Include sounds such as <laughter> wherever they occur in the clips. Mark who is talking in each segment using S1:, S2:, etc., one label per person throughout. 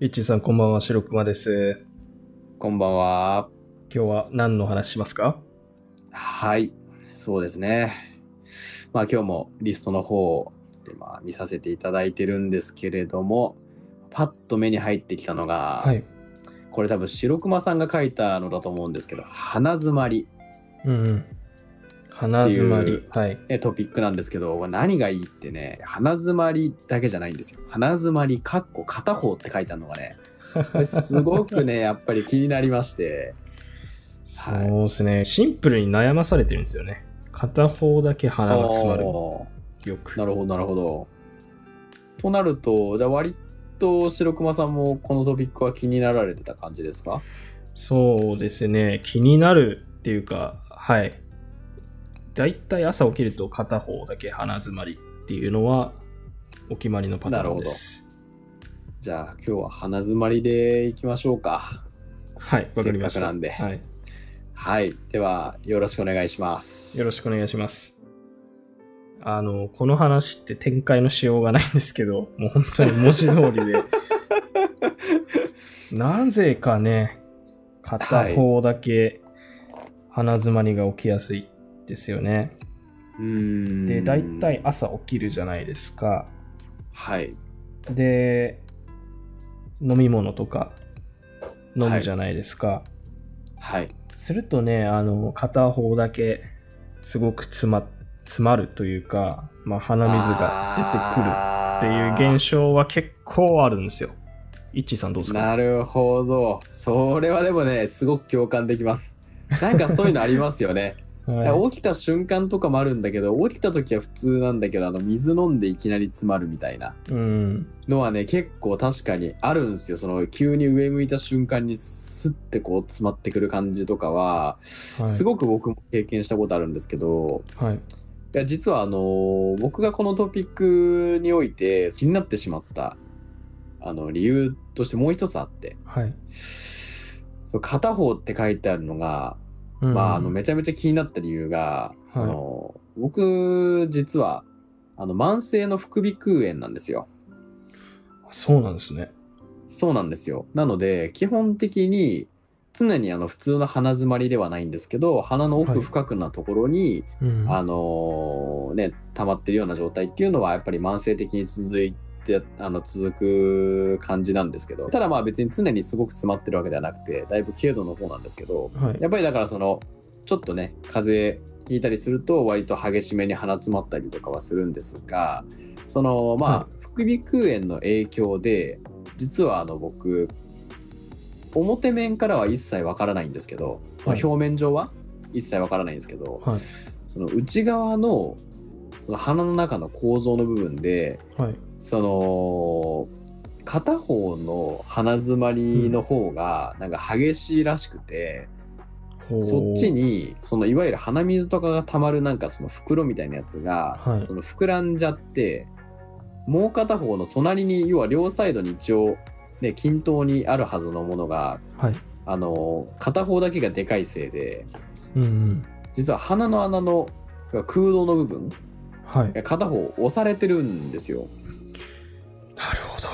S1: いっちーさんこんばんは、白熊です。
S2: こんばんは。
S1: 今日は何の話しますか
S2: はい。そうですね。まあ今日もリストの方を今見させていただいてるんですけれども、パッと目に入ってきたのが、
S1: はい。
S2: これ多分白熊さんが書いたのだと思うんですけど、鼻詰まり
S1: うんうん。鼻詰ま
S2: っ
S1: り
S2: てい。
S1: はい。
S2: えトピックなんですけど、これ何がいいってね、鼻詰まりだけじゃないんですよ。鼻詰まり、かっこ片方って書いてあるのがね、これすごくね、やっぱり気になりまして、
S1: そうですね。シンプルに悩まされてるんですよね。片方だけ <laughs> 鼻が詰まる。
S2: おー
S1: よく。
S2: なるほどなるほど。となるとじゃあ割と白熊さんもこのトピックは気になられてた感じですか
S1: そうですね。気になるっていうか、はい。だいたい朝起きると片方だけ鼻詰まりっていうのはお決まりのパターンです。
S2: じゃあ今日は鼻詰まりでいきましょうか。
S1: はい、わかりまし。
S2: せったかくなんで
S1: はい。
S2: はい。ではよろしくお願いします。
S1: よろしくお願いします。あの、この話って展開のしようがないんですけど、もう本当に文字通りで。
S2: <laughs>
S1: なぜかね、片方だけ鼻詰まりが起きやすいですよね。
S2: うーん。
S1: で、大体朝起きるじゃないですか。
S2: はい。
S1: で、飲み物とか飲むじゃないですか。
S2: はい。
S1: するとね、あの、片方だけ、すごく詰ま、詰まるというか、まあ、鼻水が出てくるっていう現
S2: 象。
S1: 象は結構あるんですよ。いっちーさんどうですか
S2: なるほど。それはでもね、すごく共感できます。なんかそういうのありますよね。
S1: はい
S2: 起きた瞬間とかもあるんだけど起きた時は普通なんだけどあの水飲んでいきなり詰まるみたいな
S1: うん。
S2: のはね結構確かにあるんですよその急に上向いた瞬間にスッてこう詰まってくる感じとか
S1: は
S2: は、
S1: い
S2: すごく僕も経験したことあるんですけど
S1: はい。
S2: いや実はあのー僕がこのトピックにおいて気になってしまったあの理由としてもう一つあって
S1: はい。
S2: そう片方って書いてあるのが
S1: うん
S2: まあ、あのめちゃめちゃ気になった理由が、
S1: い
S2: その僕実はあの慢性の副鼻腔炎なんですよ
S1: そうなんですね。
S2: そうなんですよなので基本的に常にあの普通の鼻詰まりではないんですけど鼻の
S1: はい
S2: 奥深くなところに、
S1: うん
S2: あのーね溜まってるような状態っていうのはやっぱり慢性的に続いてあの続く感じなんですけどただまあ別に常にすごく詰まってるわけではなくてだいぶ軽度の方なんですけど、
S1: はい。
S2: やっぱりだからそのちょっとね風邪ひいたりすると割と激しめに鼻詰まったりとかはするんですがそのまあ、
S1: は
S2: 副鼻腔炎の影響で実はあの僕表面からは一切わからないんですけど、まあ
S1: はい
S2: 表面上は一切わからないんですけど、
S1: はい。
S2: その内側のその鼻の中の構造の部分で
S1: はい。
S2: その片方の鼻詰まりの方がなんか激しいらしくて。
S1: ほう
S2: そっち。にそのいわゆる鼻水とかがたまるなんかその袋みたいなやつが、
S1: はい
S2: その膨らんじゃってもう片方の隣に要は両サイドに一応、ね、均等にあるはずのものが
S1: はい。
S2: あの片方だけがでかいせいで
S1: うんうん。
S2: 実は鼻の穴の空洞の部分
S1: はい。なる
S2: 片方押されてるんですよ。
S1: ほど。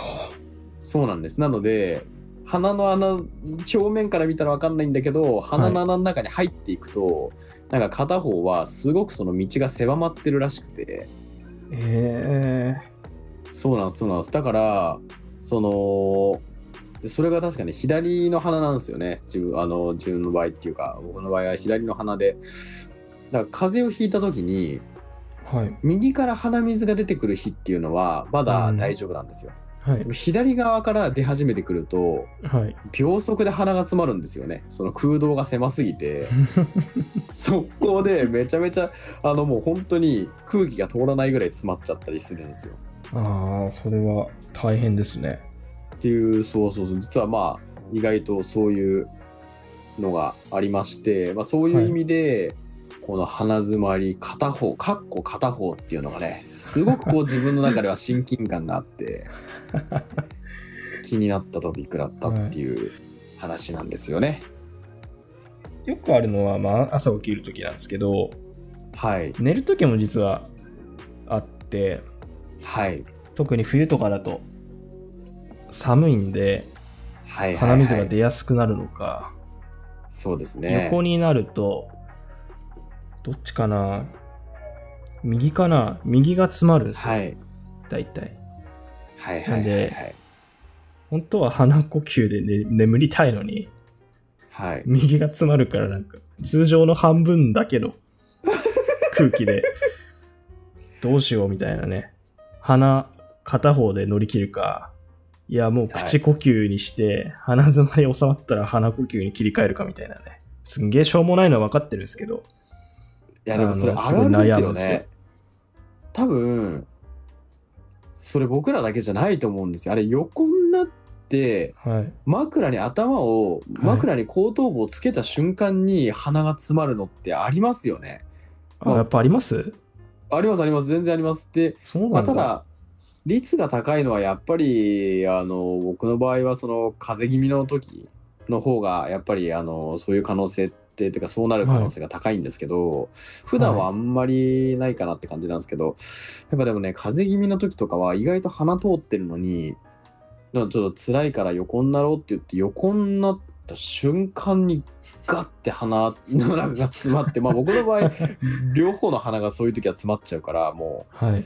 S2: そうなんですなので鼻の穴表面から見たら分かんないんだけど鼻の穴の中に入っていくと、なんか片方はすごくその道が狭まってるらしくて
S1: え
S2: そうなんですそうなんですだからそのでそれが確かに左の鼻なんですよね自分あの自分の場合っていうか僕の場合は左の鼻でだから風邪をひいた時
S1: ー。
S2: に
S1: はい。
S2: 右から鼻水が出てくる日っていうのはまだ大丈夫なんですよ、
S1: はい
S2: でも。左側から出始めてくると
S1: はい。 <laughs>
S2: 秒速で鼻が詰まるんですよねその空洞が狭すぎて <laughs> 速攻でめちゃめちゃあのもう本当に空気が通らないぐらい詰まっちゃったりするんですよ
S1: ああ、それは大変ですね。
S2: っていうそうそうそう実はまあ意外とそういうのがありまして、まあ、そういう意味で、この鼻詰まり片方かっこ片方っていうのがねすごくこう自分の中では親近感があって気になったトピックだったっていう話なんですよね
S1: よくあるのは、まあ、朝起きるときなんですけど、
S2: はい
S1: 寝るときも実はあって、
S2: はい
S1: 特に冬とかだと、寒いんで、
S2: はいはい、
S1: 鼻
S2: はい。
S1: 水が出やすくなるのか、
S2: そうですね。
S1: 横になると、どっちかな右かな右が詰まるんですよ、
S2: はい。
S1: 大体。
S2: はいはいはい、
S1: なんで
S2: はい。
S1: 本当は鼻呼吸で、ね、眠りたいのに、
S2: はい。
S1: 右が詰まるからなんか、通常の半分だけの空気で、どうしようみたいなね。鼻、片方で乗り切るか、いや、もう口呼吸にして、鼻詰まり収まったら鼻呼吸に切り替えるかみたいなね。すんげえしょうもないのは分かってるんですけど、
S2: いや、でもそれ
S1: あの
S2: あるあるです
S1: すごい悩む
S2: よ
S1: んですよ
S2: ね。多分、それ僕らだけじゃないと思うんですよ。あれ、横になって、
S1: はい。
S2: 枕に頭を、枕に後頭部をつけた瞬間に鼻が詰まるのってありますよね。
S1: あ、やっぱあります
S2: ありますあります、全然あります。で、
S1: そうな
S2: まあ、
S1: んだ。
S2: ただ、率が高いのはやっぱりあの僕の場合はその風邪気味の時の方がやっぱりあのそういう可能性っててかそうなる可能性が高いんですけど、普段はあんまりないかなって感じなんですけど、やっぱでもね風邪気味の時とかは意外と鼻通ってるのになんかちょっと辛いから横になろうって言って横になった瞬間にガッて鼻の中が詰まってまあ僕の場合両方の鼻がそういう時は詰まっちゃうからもう。
S1: はい。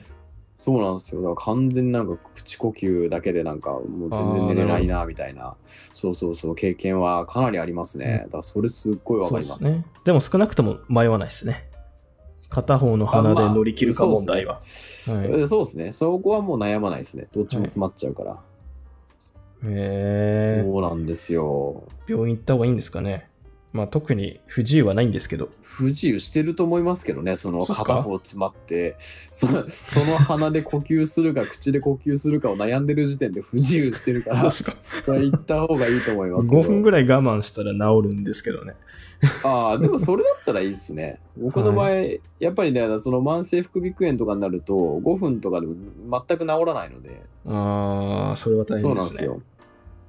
S2: そうなんですよ。だから完全になんか口呼吸だけでなんかもう全然寝れないなみたいな、そうそうそう、経験はかなりありますね。だからそれすっごいわ
S1: そ
S2: か
S1: うで
S2: ります。
S1: すね。でも少なくとも迷わないですね。片方の鼻で乗り切るか
S2: あまあ
S1: 問題は。はい
S2: えそうですね。そこはもう悩まないですね。どっちも詰まっちゃうから。
S1: へー
S2: そうなんですよ。
S1: 病院行った方がいいんですかね。まあ特に不自由はないんですけど。
S2: 不自由してると思いますけどね、その
S1: そうっすか
S2: 片方詰まって、そのその鼻で呼吸するか、口で呼吸するかを悩んでる時点で不自由してるから、
S1: すか。
S2: それ行った方がいいと思いますけど。
S1: 5分ぐらい我慢したら治るんですけどね。
S2: ああ、でもそれだったらいいで
S1: <laughs>
S2: すね。僕の場合、
S1: は
S2: やっぱりね、その慢性副鼻腔炎とかになると、5分とかでも全く治らないので、
S1: ああ、それは大変
S2: そう
S1: で
S2: なん
S1: す
S2: です
S1: ね。
S2: よ。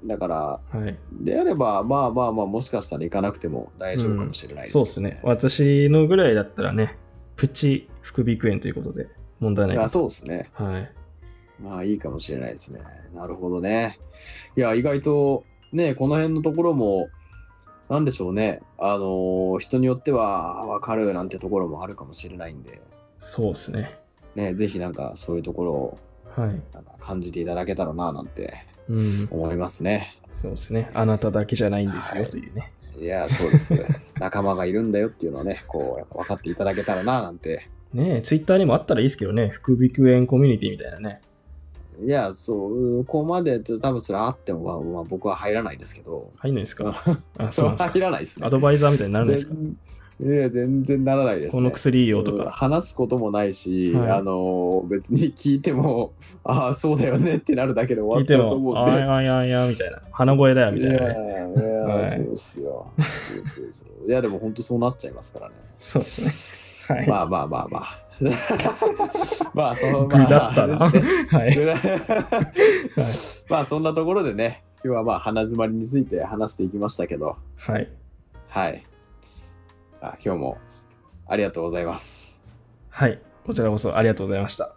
S2: だから、
S1: はい、
S2: であれば、まあまあまあ、もしかしたら行かなくても大丈夫かもしれないですけ
S1: そ
S2: ど、
S1: うですね。私のぐらいだったらね、プチ副鼻腔炎ということで問題ない
S2: いや
S1: か
S2: そうですね。
S1: と。はい。
S2: まあいいかもしれないですね。なるほどね。いや、意外とね、この辺のところも、なんでしょうね。あのー人によっては分かるなんてところもあるかもしれないんで、
S1: そうですね。
S2: ね、ぜひなんかそういうところを
S1: はい。
S2: なんか感じていただけたらななんて
S1: うん。
S2: 思いますね。
S1: そうですね。あなただけじゃないんですよ
S2: はい
S1: というね。
S2: いや、そうです、そうです。
S1: <laughs>
S2: 仲間がいるんだよっていうのをね、こう、やっぱ分かっていただけたらななんて。
S1: ねえ、ツイッターにもあったらいいですけどね。副鼻腔炎コミュニティみたいなね。
S2: いや、そう、ここまでと多分それあっても、まあまあ、僕は入らないですけど、
S1: 入んないです
S2: <laughs>
S1: かあ、そうなんです
S2: 入
S1: から
S2: ないですね
S1: ア。ドバイザーみたいにならないですか
S2: 全いや、全然ならないです、ね。
S1: この薬いいよと
S2: うん
S1: か。
S2: 話すこともないし、
S1: はい
S2: あの別に聞いても <laughs> ああそうだよねってなるだけで終
S1: 聞
S2: わ
S1: い
S2: っち
S1: て
S2: ゃうと
S1: も、
S2: 思う
S1: あ
S2: ん
S1: ー
S2: で
S1: やいやいやみたいな。鼻声だよみたいなね。
S2: いやいや、
S1: はい
S2: そうですよ。そうそうそういや、でも本当そうなっちゃいますからね。
S1: そうですね。はい。
S2: まあまあまあま
S1: <laughs>
S2: あ。まあ、その
S1: 具
S2: ま
S1: だ
S2: あ、
S1: ったな
S2: あれですね
S1: はい。
S2: ぐらい <laughs> まあ、そんなところでね、今日はまあ、鼻詰まりについて話していきましたけど、
S1: はい。
S2: はい。あ今日もありがとうございます。
S1: はい。こちらこそありがとうございました。